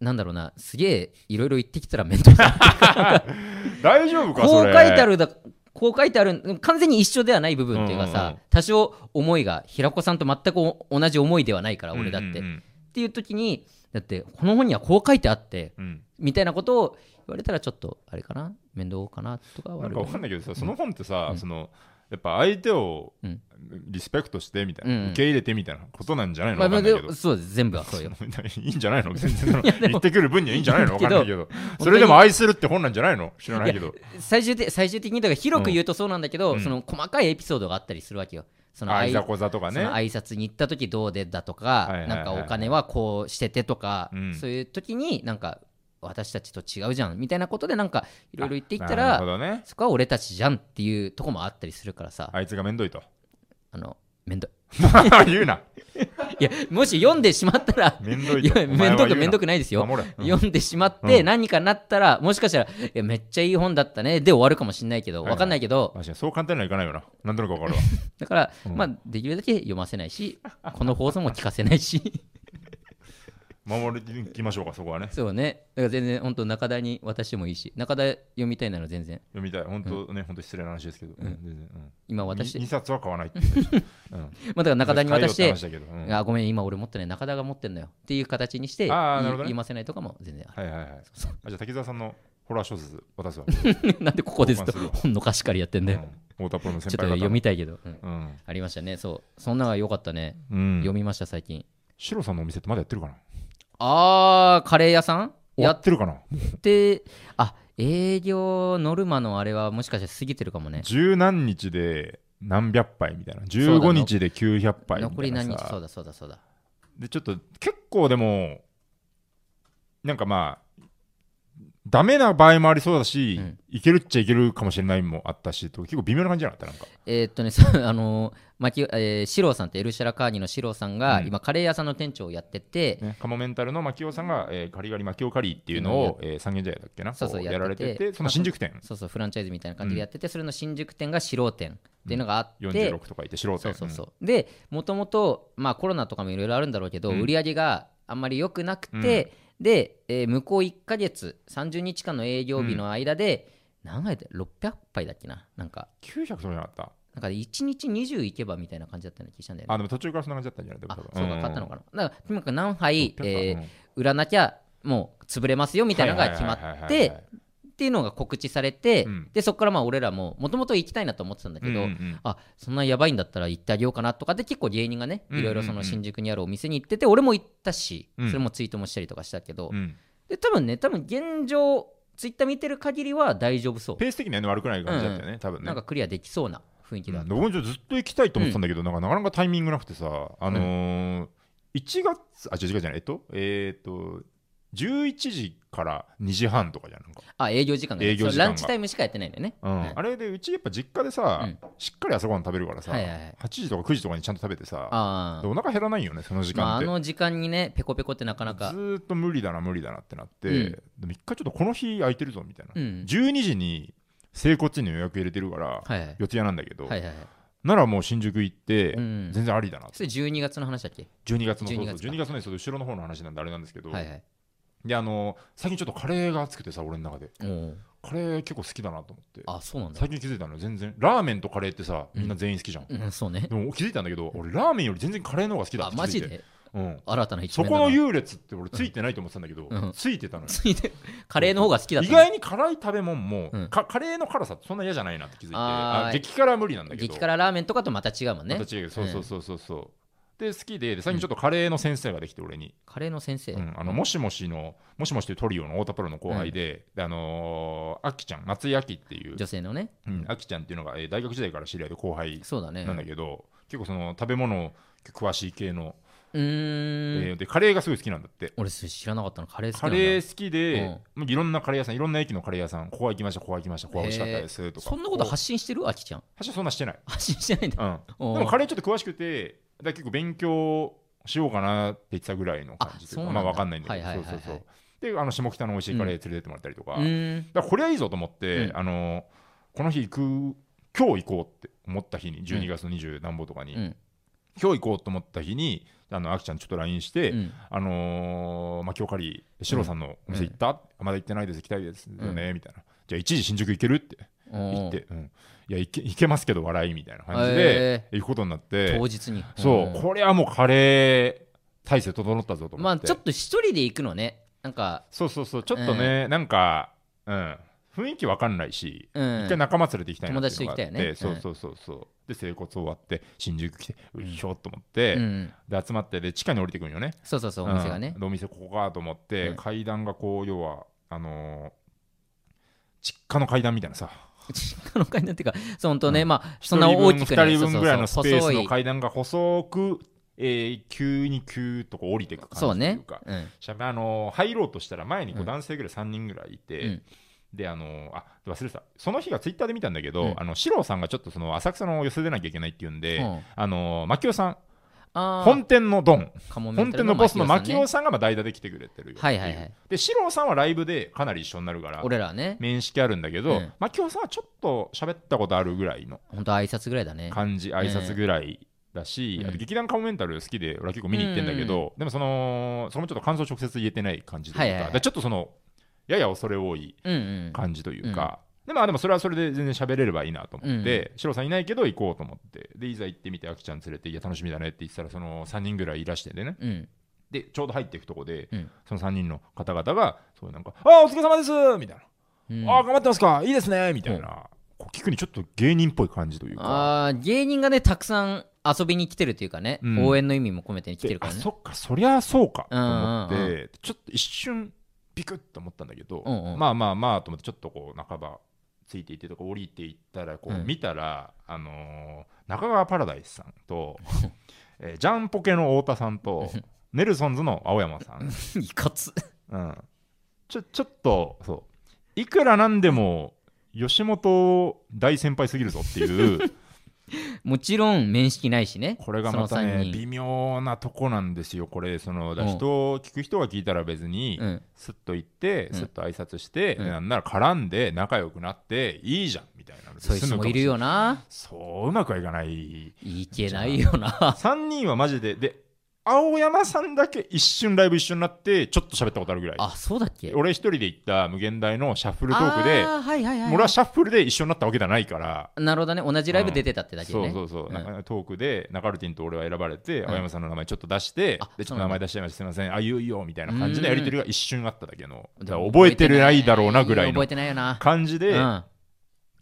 S1: なんだろうなすげえいろいろ言ってきたら面倒く さい
S2: 大丈夫か
S1: こ
S2: そう
S1: 書
S2: れ
S1: いてあるだこう書いてある完全に一緒ではない部分っていうかさ、
S2: うんうんうん
S1: 多少思いが平子さんと全くお同じ思いではないから俺だって、
S2: うんう
S1: っ
S2: ん
S1: ていう時にだってこの本にはこう書いてあって
S2: うんうん
S1: みたいなことを言われたらちょっとあれかな面倒かなとかは
S2: な
S1: あ
S2: ん
S1: る
S2: か
S1: よ
S2: わ
S1: ね
S2: かんないけどさ、その本ってさ、
S1: うん
S2: そのやっぱ相手を
S1: うん
S2: リスペクトしてみたいな、
S1: うんうん
S2: 受け入れてみたいなことなんじゃないの
S1: まあ
S2: わ
S1: ま
S2: か
S1: あ
S2: んな
S1: で
S2: いけど。
S1: そうです全部はそうよ
S2: いいんじゃないの全然その
S1: でも
S2: 言ってくる分にはいいんじゃないのわかんないけど
S1: 当に
S2: それでも愛するって本なんじゃないの知らないけど
S1: 最終的最終的にだから広く言うとそうなんだけど、
S2: うん
S1: その細かいエピソードがあったりするわけよその
S2: あい
S1: 挨
S2: ざこざとか
S1: そ
S2: ね
S1: の挨拶に行った時どうでだとか、
S2: はいはいはい
S1: なんかお金はこうしててとか、
S2: うん
S1: そういう時になんか私たちと違うじゃんみたいなことでなんかいろいろ言っていった
S2: なるほ
S1: ら
S2: どね
S1: そこは俺たちじゃんっていうとこもあったりするからさ
S2: あいつがめんどいと
S1: あの面倒
S2: 言うない
S1: やもし読んでしまったら
S2: めんどい
S1: いや
S2: と お前
S1: 面
S2: は
S1: 倒
S2: 言う
S1: く
S2: な
S1: 面倒くないですよ
S2: 守れ、うん
S1: 読んでしまって
S2: うん
S1: 何かなったら、もしかしたらいやめっちゃいい本だったねで終わるかもしれないけど
S2: はいはい
S1: 分かんないけど、
S2: マジでそう簡単にはいかないよななんとなくわかるわ
S1: だから、
S2: うん
S1: まあできるだけ読ませないしこの放送も聞かせないし
S2: 守りきましょうかそこはね
S1: そうねだから全然本当中田に渡してもいいし中田読みたいなら全然
S2: 読みたい本当ね本当失礼な話ですけどうん全然うん
S1: 今渡して、
S2: 2冊は買わないって言っ てました、うん
S1: まあ、だから中田に渡し
S2: 変
S1: て
S2: えよう話だけどうん
S1: あごめん今俺持ってない中田が持ってんのよっていう形にして
S2: あーなるほどね
S1: い読ませないとかも全然ある
S2: はいはいはい。あじゃあ滝沢さんのホラー小説 渡すわ。
S1: なんでここですと
S2: 交換するわ
S1: 本の貸し借りやってんだよ、
S2: うん太田プロの
S1: ちょっ
S2: 先
S1: と
S2: 輩方の。
S1: 読みたいけど、うん
S2: うん。
S1: ありましたねそうそんなのが良かったね、
S2: うん。
S1: 読みました最近
S2: シロさんのお店ってまだやってるかな
S1: あーカレー屋さん
S2: 終
S1: や
S2: わ
S1: っ
S2: ってるかな
S1: てあ営業ノルマのあれはもしかして過ぎてるかもね
S2: 十何日で何百杯みたいな。
S1: そうだ
S2: 15日で900杯み
S1: 残
S2: たい
S1: り
S2: な
S1: 何日そう
S2: さ。
S1: だそうだそうだ
S2: で、ちょっと結構でも、なんかまあ、ダメな場合もありそうだし、
S1: うん
S2: いけるっちゃいけるかもしれないもあったし、と結構微妙な感じじゃなかったなんか。
S1: えーっとね、 そうあのー、まき、えー、シローさんってエルシャラカーニのシローさんが、
S2: うん
S1: 今カレー屋さんの店長をやってて、
S2: ね、カモメンタルの牧雄さんが、えー、カリガリ牧雄カリーっていうのを、えー、三軒茶屋だっけな、
S1: そうそう
S2: こ
S1: やってて
S2: やられてて、その新宿店
S1: そうそうフランチャイズみたいな感じでやってて、それの新宿店がシロー店っていうのがあって、
S2: 46とかいて素人
S1: そうそうそう、でもともとまあコロナとかもいろいろあるんだろうけど、
S2: うん
S1: 売り上げがあんまり良くなくて、で、えー向こう1か月30日間の営業日の間で、何杯だ600杯だっけななんか
S2: うん900とかじゃなかった
S1: なんか1日20いけばみたいな感じだったような気がしたんだよね
S2: あでも途中からそんな感じだったんじゃない
S1: あ
S2: 多分
S1: そうか買ったのかなだからとにかく何杯、え
S2: うん
S1: ー売らなきゃもう潰れますよみたいなのが決まっ
S2: はいはいはいはいは
S1: てっていうのが告知されて、
S2: うん
S1: でそこからまあ俺らももともと行きたいなと思ってたんだけ
S2: い
S1: ど、
S2: うんうん
S1: あそんなやばいんだったら行ってあげようかなとかで結構芸人がね
S2: うんうん
S1: い
S2: うん
S1: ろいろその新宿にあるお店に行ってて俺も行ったし、
S2: うん
S1: それもツイートもしたりとかしたけど、
S2: うんうん
S1: で多分ね多分現状ツイッター見てる限りは大丈夫そう、
S2: ペース的にはね悪くない感じだったよね多分ね
S1: なんかクリアできそうな雰囲気だった、
S2: 僕もちょっとずっと行きたいと思ってたんだけどなんかなかなかタイミングなくてさあのー1月あ違う違う違うえっとえっと11時から2時半とかじゃんなんか、
S1: あ営業時間が,、ね、
S2: 営業時間が
S1: そうランチタイムしかやってないんだよね、
S2: うん
S1: はい
S2: あれでうちやっぱ実家でさ、
S1: うん
S2: しっかり朝ごはん食べるからさ、
S1: はいはいはい
S2: 8時とか9時とかにちゃんと食べてさ
S1: あ
S2: でお腹減らないよねその時
S1: あ、まあ、
S2: 間っ
S1: あ
S2: て、
S1: の時間にねペコペコってなかなか
S2: ずーっと無理だな無理だなってなって、
S1: うん
S2: でも一回ちょっとこの日空いてるぞみたいな、
S1: うん
S2: 12時に整骨院の予約入れてるから、
S1: はいはい
S2: 四谷なんだけど、
S1: はいはいはい
S2: ならもう新宿行って、
S1: うん
S2: 全然ありだな
S1: それ12月の話だっけ
S2: 12月のそう
S1: 12
S2: そう
S1: 月か
S2: 12月のねその後ろの方の話なんであれなんですけど、
S1: はいはい
S2: であの最近ちょっとカレーが熱くてさ俺の中で
S1: おー
S2: カレー結構好きだなと思って
S1: あそうなんだ
S2: 最近気づいたのよ全然ラーメンとカレーってさ
S1: うん
S2: みんな全員好きじゃん、
S1: うんそう ね
S2: でも気づいたんだけど俺ラーメンより全然カレーの方が好きだっ
S1: あ
S2: て気づ
S1: マ
S2: い
S1: ジ
S2: て
S1: で
S2: うん、
S1: 新たな一
S2: そ
S1: 面だ
S2: こ
S1: な
S2: の優劣って俺ついてないと思ってたんだけど、
S1: うん
S2: ついてたのよ
S1: ついで カレーの方が好きだった
S2: 意
S1: の
S2: 外に辛い食べ物も、
S1: うん
S2: かカレーの辛さってそんな嫌じゃないなって気づいて
S1: あー
S2: あ激辛は無理なんだけど
S1: 激辛ラーメンとかとまた違うもんね
S2: また違うけどそうそうそうそうそう、で好きでで最近ちょっとカレーの先生ができて俺に、
S1: カレーの先生、
S2: うんあのもしもしのもしもしというトリオの太田プロの後輩で、であのー、あきちゃん松井あきっていう
S1: 女性のね
S2: うん、あきちゃんっていうのが、えー大学時代から知り合いで後輩
S1: そうだね
S2: なんだけど、結構その食べ物詳しい系の、
S1: うーん、
S2: えーでカレーがすごい好きなんだって
S1: 俺それ知らなかったのカレー好きな
S2: カ
S1: んだ
S2: レー好きで、もういろんなカレー屋さんいろんな駅のカレー屋さんここは行きましたここは行きましたここは美味しかったですとか
S1: そんなこと
S2: は
S1: 発信してるあきちゃん
S2: しそんなしてない、
S1: 発信してないんだ
S2: うん、
S1: おー
S2: でもカレーちょっと詳しくてだから結構勉強しようかなって言ってたぐらいの感じ
S1: あそう
S2: で
S1: なん
S2: ま
S1: だ
S2: あわかんないんだけど、
S1: はいはいはいはい
S2: そうそうそうであの下北の美味しいカレー連れてってもらったりとか、
S1: うーん
S2: だからこれはいいぞと思って、
S1: うん
S2: あのこの日行く今日行こうって思った日に12月の20何本とかに、
S1: うん
S2: 今日行こうと思った日にあのあきちゃんちょっと LINE して、
S1: うん
S2: あのーまあ、今日借りシロさんのお店行った、まだ行ってないです行きたいですよね、みたいなじゃあ1時新宿行けるって言
S1: おー
S2: って、うん、いや行け行けますけど笑いみたいな感じで、行くことになって
S1: 当日に
S2: そう、
S1: ん
S2: これはもうカレー体制整ったぞと思って、
S1: まあちょっと一人で行くのねなんか
S2: そうそうそうちょっとね、なんか、うん、雰囲気わかんないし
S1: うん
S2: 一回仲間連れて行きたいなっていうのがあ
S1: 友達と行き
S2: って
S1: たいよねうん
S2: そうそうそうそうで整骨終わって新宿来てうんひょっと思って、
S1: うん
S2: で集まってで地下に降りてくるんよね
S1: そうそうそうお店がね
S2: うん、でお店ここかと思って、
S1: うん
S2: 階段がこう要はあのー実家の階段みたいなさ
S1: 実家の階段っていうかそう本当ね、まあそんな大
S2: 一人分
S1: きくね
S2: 二人分ぐらいのス
S1: そう
S2: ペ
S1: そうそう
S2: ースの
S1: 細い
S2: 階段が細く、えー急に急とこう降りていく
S1: そう
S2: 感じとい
S1: ね
S2: うか
S1: うん
S2: しゃべあのー入ろうとしたら前に
S1: う
S2: こうん男性ぐらい3人ぐらいいて、
S1: うん
S2: であのーあ忘れてたその日がツイッターで見たんだけど、
S1: うん
S2: あの四郎さんがちょっとその浅草の寄せ出なきゃいけないっていうんで、
S1: うん
S2: あのー牧雄さん
S1: あー
S2: 本店のドン
S1: カモメン
S2: 本
S1: タル
S2: 店のボスの
S1: 牧
S2: 牧
S1: 雄
S2: 雄
S1: さんね
S2: さんがまあ代打で来てくれてるよってう
S1: はいはいはい
S2: で四郎さんはライブでかなり一緒になるから
S1: 俺らはね
S2: 面識あるんだけ
S1: う
S2: ど、
S1: ん
S2: 牧雄さんはちょっと喋ったことあるぐらいの
S1: 本当挨拶ぐらいだね
S2: 感じ挨拶ぐらいだし、
S1: うん
S2: あと劇団カモメンタル好きで俺は結構見に行ってんだけど、でもそのそのちょっと感想直接言えてない感じというか,、
S1: はいはいはい
S2: だからちょっとそのやや恐れ多い
S1: うんうん
S2: 感じというか、でもあでもそれはそれで全然喋れればいいなと思って、シロさんいないけど行こうと思ってでいざ行ってみてあきちゃん連れていや楽しみだねって言ってたらその3人ぐらいいらしてでね
S1: うん
S2: でちょうど入っていくとこで、
S1: うん
S2: その3人の方々がそういうなんか「あーお疲れ様です」みたいな
S1: うん
S2: ああ、頑張ってますか、いいですね、みたいな。こう聞くにちょっと芸人っぽい感じというか。
S1: あー芸人がねたくさん遊びに来てるというかね、
S2: うん
S1: 応援の意味も込めて来てるから
S2: で
S1: ね
S2: あそっか、そりゃそうかと思って、
S1: うんうん
S2: ちょっと一瞬、ピクッと思ったんだけど、
S1: うんうん
S2: まあまあまあと思って、ちょっとこう、半ばついていってとか、降りていったら、こ
S1: う
S2: うん見たら、あのー中川パラダイスさん と、えージャンポケの太田さんと、ネルソンズの青山さん。
S1: いかつ
S2: うん、ちょちょっとそういくらなんでも吉本大先輩すぎるぞっていう
S1: もちろん面識ないしね
S2: これがまた
S1: その
S2: ね
S1: 三人
S2: 微妙なとこなんですよこれそのだ
S1: うん
S2: 人を聞く人が聞いたら別に、
S1: うん
S2: すっと行って、
S1: うん
S2: すっと挨拶して、
S1: うん
S2: なんなら絡んで仲良くなっていいじゃんみたいなので
S1: そういう
S2: 済
S1: 人
S2: むか
S1: も
S2: し
S1: い
S2: れな
S1: るよな
S2: そううまくはいかない
S1: いけないよな
S2: 3人はマジでで青山さんだけ一瞬ライブ一緒になってちょっと喋ったことあるぐらい
S1: あそうだっけ
S2: 俺一人で行った無限大のシャッフルトークで
S1: あーはいはいはい、
S2: 俺はシャッフルで一緒になったわけじゃないから、
S1: なるほどね同じライブ出てたってだけで
S2: そ
S1: ね、
S2: うそうそう、
S1: うん
S2: なんかトークで中ルティンと俺は選ばれて、青山さんの名前ちょっと出して
S1: あ、
S2: でち
S1: そ
S2: ょ
S1: うなん
S2: っと
S1: だ
S2: 名前出しちゃいました、すみません、あ、いいよいいよみたいな感じで
S1: うん
S2: やり取りが一瞬あっただけの、だ
S1: で
S2: か
S1: も
S2: ら覚えてないだろうなぐらい
S1: 覚
S2: の
S1: えてないよな
S2: 感じで、
S1: うん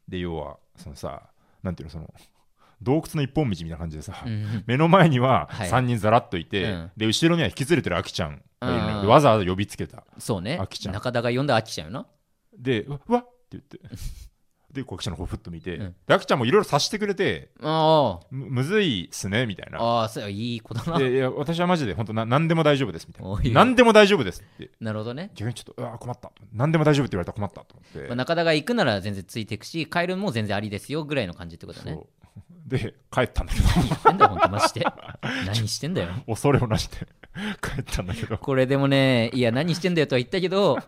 S2: で、要は、そのさ、なんていうの、その、洞窟の一本道みたいな感じでさ、
S1: うん
S2: 目の前には
S1: はい
S2: 3人ざらっといて、
S1: うん
S2: で後ろには引きずれてるアキちゃんがいるのよ
S1: うん
S2: でわざわざ呼びつけた
S1: そうね
S2: 飽きちゃう
S1: 中田が呼んだ飽きちゃうよな
S2: でうわうわっって言ってでこう記者の方ふっと見て、
S1: う
S2: で
S1: ん
S2: アキちゃんもいろいろ察してくれて
S1: あ
S2: むむずいっすねみたい
S1: あ
S2: な
S1: ああそういい子だな
S2: でいや私はマジで本当な何でも大丈夫ですみた
S1: お
S2: い
S1: い
S2: な何でも大丈夫ですって
S1: なるほどね、
S2: 逆にちょっとうわ困った何でも大丈夫って言われたら困ったと思って、
S1: まあ、中田が行くなら全然ついていくし帰るも全然ありですよぐらいの感じってことね
S2: そうで帰ったんだけど
S1: なんだよほんとマジで 何してんだよ
S2: 恐れをなして帰ったんだけど
S1: これでもねいや何してんだよとは言ったけど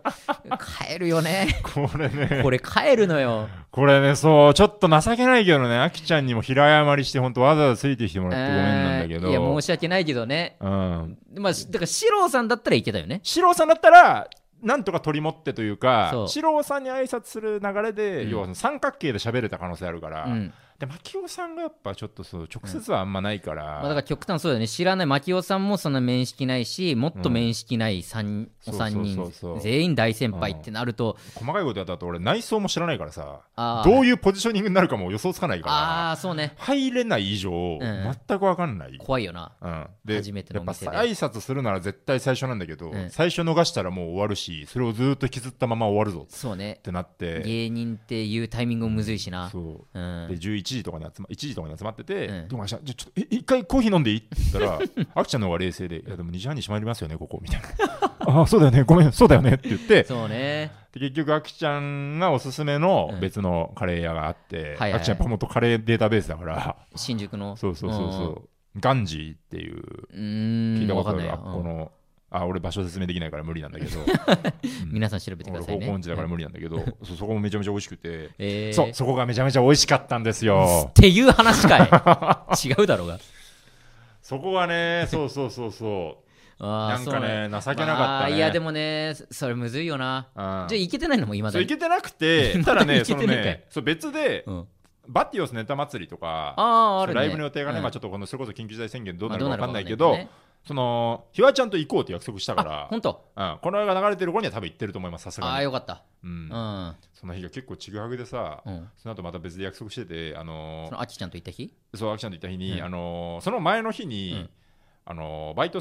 S1: 帰るよね
S2: これね
S1: これ帰るのよ
S2: これねそうちょっと情けないけどねあきちゃんにも平謝りして本当わざわざついてきてもら ってごめんなんだけど
S1: えーいや申し訳ないけどね
S2: うん
S1: まあだから四郎さんだったらいけたよね
S2: 四郎さんだったらなんとか取り持ってという
S1: そ
S2: か
S1: う
S2: 四郎さんに挨拶する流れで、
S1: うん
S2: 要はその三角形で喋れた可能性あるから、
S1: うん
S2: で牧雄さんがやっぱちょっとそう直接はあんまないから、
S1: まあ、だから極端そうだよね知らない牧雄さんもそんな面識ないしもっと面識ない三
S2: うん
S1: お三人
S2: そうそうそうそう
S1: 全員大先輩ってなると、
S2: 細かいことやったと俺内装も知らないからさ
S1: あー
S2: どういうポジショニングになるかも予想つかないから
S1: あーそうね
S2: 入れない以上、
S1: ん
S2: 全く分かんない。
S1: 怖いよな
S2: うん、で
S1: 初めてのお店で
S2: やっぱ挨拶するなら絶対最初なんだけど、
S1: うん
S2: 最初逃したらもう終わるしそれをずーっと引きずったまま終わるぞっ
S1: そうね
S2: てなって
S1: 芸人っていうタイミングもむずいしな
S2: そう
S1: う
S2: で
S1: ん
S2: 11時とかに集ま1時とかに集まってて、
S1: うん
S2: どうかしたじゃあちょっとえ一回コーヒー飲んでいいって言 ったらあきちゃんの方が冷静で「いやでも2時半に閉まりますよねここ」みたいな「ああそうだよねごめんそうだよね」って言ってで
S1: そうね
S2: 結局あきちゃんがおすすめの
S1: うん
S2: 別のカレー屋があって、
S1: はいはい
S2: あきちゃんやっぱもっとカレーデータベースだから
S1: 新宿の
S2: そうそうそうそうガンジーっていう
S1: うんう
S2: 聞
S1: ー
S2: い
S1: ん
S2: たこ
S1: わか
S2: とあ
S1: んない
S2: る
S1: よ
S2: 学校
S1: うん
S2: の。あ俺場所説明できないから無理なん だけど
S1: 皆さん調べてくだ
S2: 俺方
S1: さいね
S2: 向音痴だから無理なんだけどそそこもめちゃめちゃ美味しくて、
S1: えー、
S2: そうそこがめちゃめちゃ美味しかったんですよ
S1: っていう話か い違うだろうが
S2: そこがね、そうそうそうそう。
S1: あ
S2: な
S1: ー
S2: ん
S1: そう
S2: かね、情けなかった
S1: あ
S2: ね。
S1: ーいやで
S2: も、
S1: もねそそれむずいよな
S2: じゃ
S1: じゃあいけてないのもいまだ
S2: そうい
S1: に
S2: けてな くて、ただね、
S1: いけ
S2: その
S1: てないんかい
S2: ね、そう別で、
S1: うん
S2: バッティオスネタ祭りとか、
S1: あああ
S2: そう
S1: るね
S2: ライブの予定がね、
S1: うん
S2: まあちょっとこのそれこそ緊急事態宣言どう
S1: まあ
S2: なるか
S1: どうな
S2: わ
S1: る
S2: か
S1: か分
S2: んな
S1: か
S2: い
S1: ん
S2: け
S1: け
S2: ど、
S1: ど
S2: そのひわちゃんと行こうって約束したから、
S1: 本当
S2: うん、この映画流れてる頃には多分行ってると思います、さす
S1: あ
S2: が
S1: あ
S2: に。
S1: よかった
S2: う
S1: うん
S2: ん、その日が結構ちぐはぐでさ、
S1: うん
S2: その後また別で約束してて、あの
S1: そのあきちゃんと行った日
S2: そう、アキちゃんと行った日に、
S1: うん
S2: あのーその前の日に、
S1: うん
S2: あのーバイト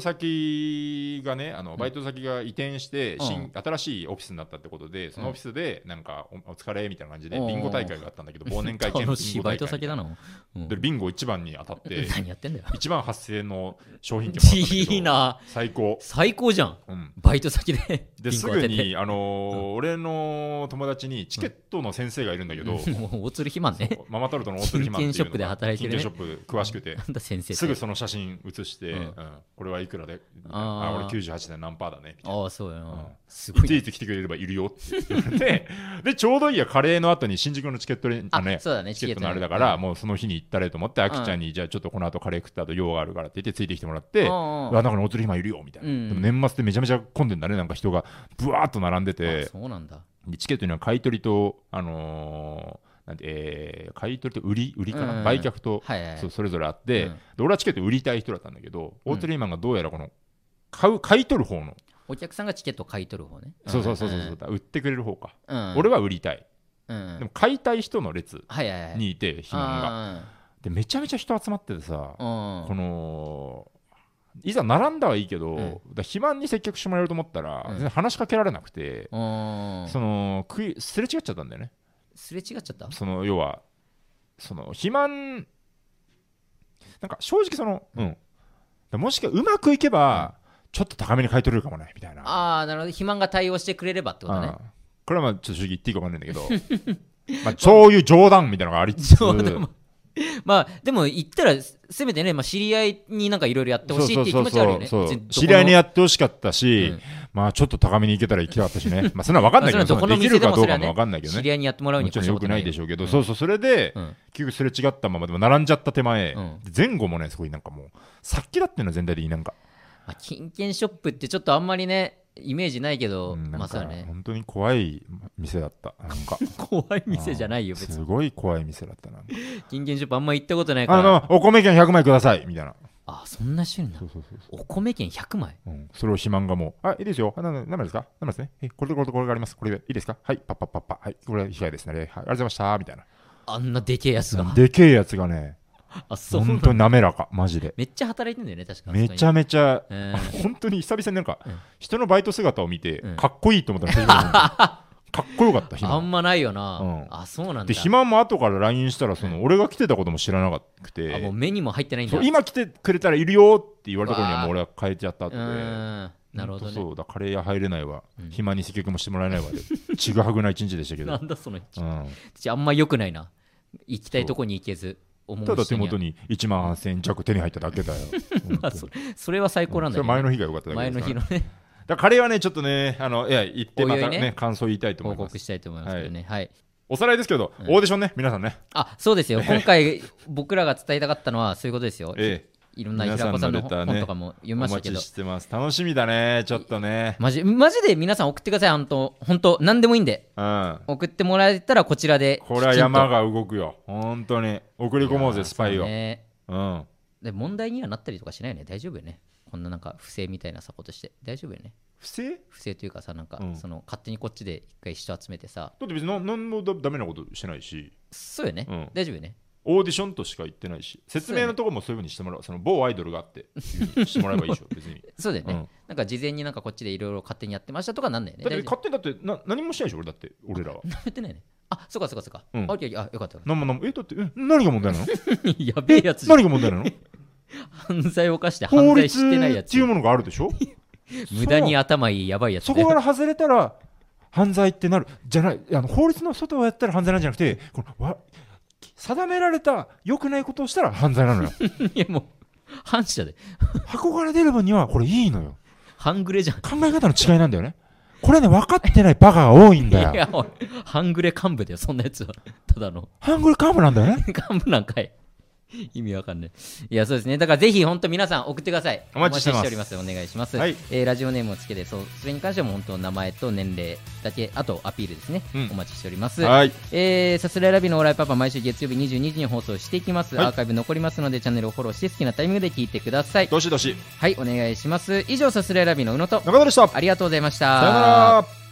S2: 先がね、あの
S1: ん
S2: バイト先が移転して、
S1: うん
S2: 新新しいオフィスになったってことで、そのオフィスで、なんかお、お疲れみたいな感じで、
S1: おー
S2: ビンゴ大会があったんだけど、忘年会兼ビン
S1: 楽
S2: ゴ大
S1: しい
S2: 会
S1: バイト先だなうん
S2: でビンゴ一番に当 たって、
S1: 何やってんだよ
S2: 一番8000円の商品券もらったんだけど
S1: いいな
S2: 最高。
S1: 最高じゃん
S2: うん
S1: バイト先で
S2: で
S1: ピン
S2: す
S1: クを
S2: ぐ
S1: 当てて
S2: に、あのー俺の友達にチケットの先生がいるんだけど、
S1: もう大鶴肥満ね
S2: ママタルトのオートルヒマンってい
S1: 金券シ
S2: うのが
S1: ョップで働いてるね
S2: 金券ショップ詳しくて
S1: な、んだ先生って
S2: すぐその写真写して、
S1: うん
S2: うんこれはいくらで、あ
S1: あー
S2: 俺98点何パーだねみたいな。
S1: ああそうや
S2: うん
S1: なす
S2: い
S1: ご
S2: つ
S1: い
S2: いつ来てくれればいるよって言われてでちょうどいいやカレーの後に新宿のチケットレンあ
S1: あ
S2: のね
S1: そうだね
S2: チケ
S1: チケッ
S2: ット
S1: トね
S2: のあれだから、
S1: うん
S2: もうその日に行ったれと思って、あきちゃんにじゃあちょっとこの後カレー食った後用があるからって言ってついてきてもらって、
S1: あ
S2: あなんかねお釣り暇いるよみたいな、
S1: うん
S2: でも年末ってめちゃめちゃ混んでんだねなんか人がぶわーっと並んで
S1: あ
S2: て
S1: そうなんだ
S2: でチケットには買い取りとあのーなんてえー買い取りと売り売りかな、
S1: うん
S2: 売却と
S1: はいはいはい
S2: そうそれぞれあって、
S1: うん
S2: で俺はチケット売りたい人だったんだけど、
S1: うん
S2: オートリーマンがどうやらこの買う買い取る方の、
S1: お客さんがチケット買い取る方ね
S2: そうそうそうそうそう、売ってくれる方か、
S1: 俺
S2: 俺は売りたい、でも買いたい人の列
S1: はいはいはい
S2: にいて肥満がでめちゃめちゃ人集まっててさ、
S1: あーう
S2: こ
S1: ん
S2: のいざ並んだはいいけど、
S1: ん
S2: だから肥満に接客してもらえると思ったら、
S1: うん
S2: 全然話しかけられなくて、
S1: うん
S2: その食いすれ違っちゃったんだよね
S1: すれ違っちゃった
S2: その要はその肥満なんか正直そのうんもしかうまくいけば、ちょっと高めに買い取れるかもねみたいな
S1: ああなるほど肥満が対応してくれればってことね
S2: うんこれはまあちょっと正直言っていいか分かんないんだけ どまあそういう冗談みたいなのがありつつ
S1: 冗談も まあでも言ったらせめてね、まあ、知り合いになんかいろいろやってほしいっていう気持ちはあるよね
S2: そうそうそう
S1: 別どこの
S2: 知り合いにやってほしかったし、
S1: うん
S2: まあちょっと高めに行けたら行きたかったしねまあそんなの分かんないけど
S1: まあそれはどこの
S2: できるかどう
S1: 店でも
S2: か
S1: それはね
S2: も分かんないけど
S1: 知
S2: ね
S1: り合いにやってもらうに
S2: もちろん良くないでし
S1: ょ
S2: ょうけど、そうそうそれで、
S1: うん
S2: 結局すれ違ったままでも並んじゃった手前、
S1: うん
S2: 前後もねすごいなんかもうさっきだっていうのは全体的になんか
S1: まあ、金券ショップってちょっとあんまりねイメージないけど、
S2: うんな
S1: まあ
S2: ん
S1: そう
S2: か
S1: だね
S2: 本当に怖い店だったなんか
S1: 怖い 店じゃないよ別に
S2: すごい怖い店だったな
S1: 金券ショップあんま行ったことないか
S2: あ
S1: らあ
S2: のお米券100枚くださいみたいな
S1: あそんな種類な
S2: そう
S1: の
S2: そうそう
S1: お米券100枚
S2: うん、それを肥満がもう、あ、いいですよ。あなな何枚ですか何枚ですねえ、これとこれとこれがあります。これでいいですかはい、パッパッパッパ。はい、これ被害ですね。はい、ありがとうございました。みたいな。
S1: あんなでけえやつが
S2: でけえやつがね、
S1: あそう
S2: 本当に滑らか、マジで。
S1: めっちゃ働いてんだよね確か
S2: めち
S1: ゃ、
S2: ゃめちゃ、
S1: え
S2: あの
S1: ー
S2: 本当に久々になんか
S1: うん、
S2: 人のバイト姿を見て
S1: う、ん
S2: かっこいいと思ったの初めてなんだ。かっこよかっ た
S1: あ
S2: 暇
S1: んまないよな、
S2: うん
S1: あそうなんだ
S2: で暇も後から LINE したらその俺が来てたことも知らなくて
S1: あもう目にも入ってないんだ
S2: そう今来てくれたらいるよって言われた頃にはもう俺は変えちゃった後
S1: う
S2: で
S1: ーんなるほど
S2: ほんと
S1: ね
S2: そうだカレー屋入れないわ、
S1: うん
S2: 暇に接客もしてもらえないわでちぐはぐな一日でしたけど、
S1: な
S2: うん
S1: だその人
S2: ん、
S1: あんま良くないな行きたいとこに行けず思う
S2: ただ
S1: 人
S2: 手
S1: には
S2: 元に1万8000円弱手に入っただけだよ
S1: まあそれそれは最高なんだ
S2: それ
S1: けどね
S2: 前の日が良かっただけ
S1: 前
S2: で
S1: の
S2: すか
S1: 日
S2: ら
S1: の ね
S2: だからカレーはねちょっとねあのいや行って
S1: おいお
S2: ま
S1: いね
S2: たね感想言いたいと思
S1: 報
S2: いま
S1: 告
S2: す
S1: したいと思いますけどねはい
S2: おさらいですけど、オーディションね皆さんね
S1: あそうですよ今回僕らが伝えたかったのはそういうことですよ
S2: え
S1: いろんな平子さんの
S2: 皆さんのレターね
S1: 本とかも
S2: え
S1: 読みましたけ
S2: お
S1: ど
S2: 待ちしてます楽しみだねちょっとね
S1: マジマジで皆さん送ってください本当本当何でもいいんで
S2: うん
S1: 送ってもらえたらこちらで
S2: これは山
S1: が
S2: が動くよ本当に送り込もうぜスパイを
S1: ね
S2: うん
S1: で問題にはなったりとかしないよね大丈夫よねこんななんか不正みたいなサポートして大丈夫よね
S2: 不正だ
S1: 不正というかさなんか、
S2: うん
S1: その勝手にこっちで一回人集めてさ
S2: って別にな何もだダメなことしてないし
S1: そうよね、
S2: うん
S1: 大丈夫よね
S2: オーディションとしか言ってないし説明のとこもそういうふうにしてもらうその某アイドルがあっていう風にしてもらえばいい でしょ別に
S1: そうだよね、
S2: うん
S1: なんか事前になんかこっちでいろいろ勝手にやってましたとかなんだよね
S2: だって
S1: 大丈夫
S2: 勝手にだってな何もしてないでしょ俺だって俺らは
S1: やってないねあそうかそうかそうか、
S2: うん
S1: あオッケーオッケーあよかったよかっ
S2: 何も何もえだってえ何が問題な の
S1: たやべえやつじゃん
S2: 何が問題なの
S1: 犯罪を犯して犯
S2: 法
S1: 罪
S2: 律
S1: してないや
S2: っ
S1: つ
S2: ていうものがあるでしょ
S1: 無駄に頭いいやばいやつ
S2: そ
S1: だよ
S2: こから外れたら犯罪ってなるじゃないあの法律の外をやったら犯罪なんじゃなくてこのわ定められた良くないことをしたら犯罪なの よ
S1: いやもう反射で
S2: 箱から出る分にはこれいいのよ
S1: 半グレじゃん
S2: 考え方の違いなんだよねこれね分かってないバカが多いんだ
S1: い
S2: よ
S1: やおい半グレ幹部だよそんなやつはただの
S2: ハングルカーブなんだよね
S1: 幹部なんかい意味わかんないいやそうですねだからぜひ本当皆さん送ってください
S2: お待ちしてます
S1: おしておりますお願いします、
S2: はい
S1: えーラジオネームをつけてそうそれに関してはもう本当名前と年齢だけあとアピールですね、
S2: うん
S1: お待ちしております
S2: はい
S1: えー、さすらいラビのオーライパパ毎週月曜日22時に放送していきます、
S2: はい
S1: アーカイブ残りますのでチャンネルをフォローして好きなタイミングで聞いてください
S2: どしどし
S1: はいお願いします以上さすらいラビの宇野と
S2: 中田でしたさよ
S1: ありがとうございました
S2: うなら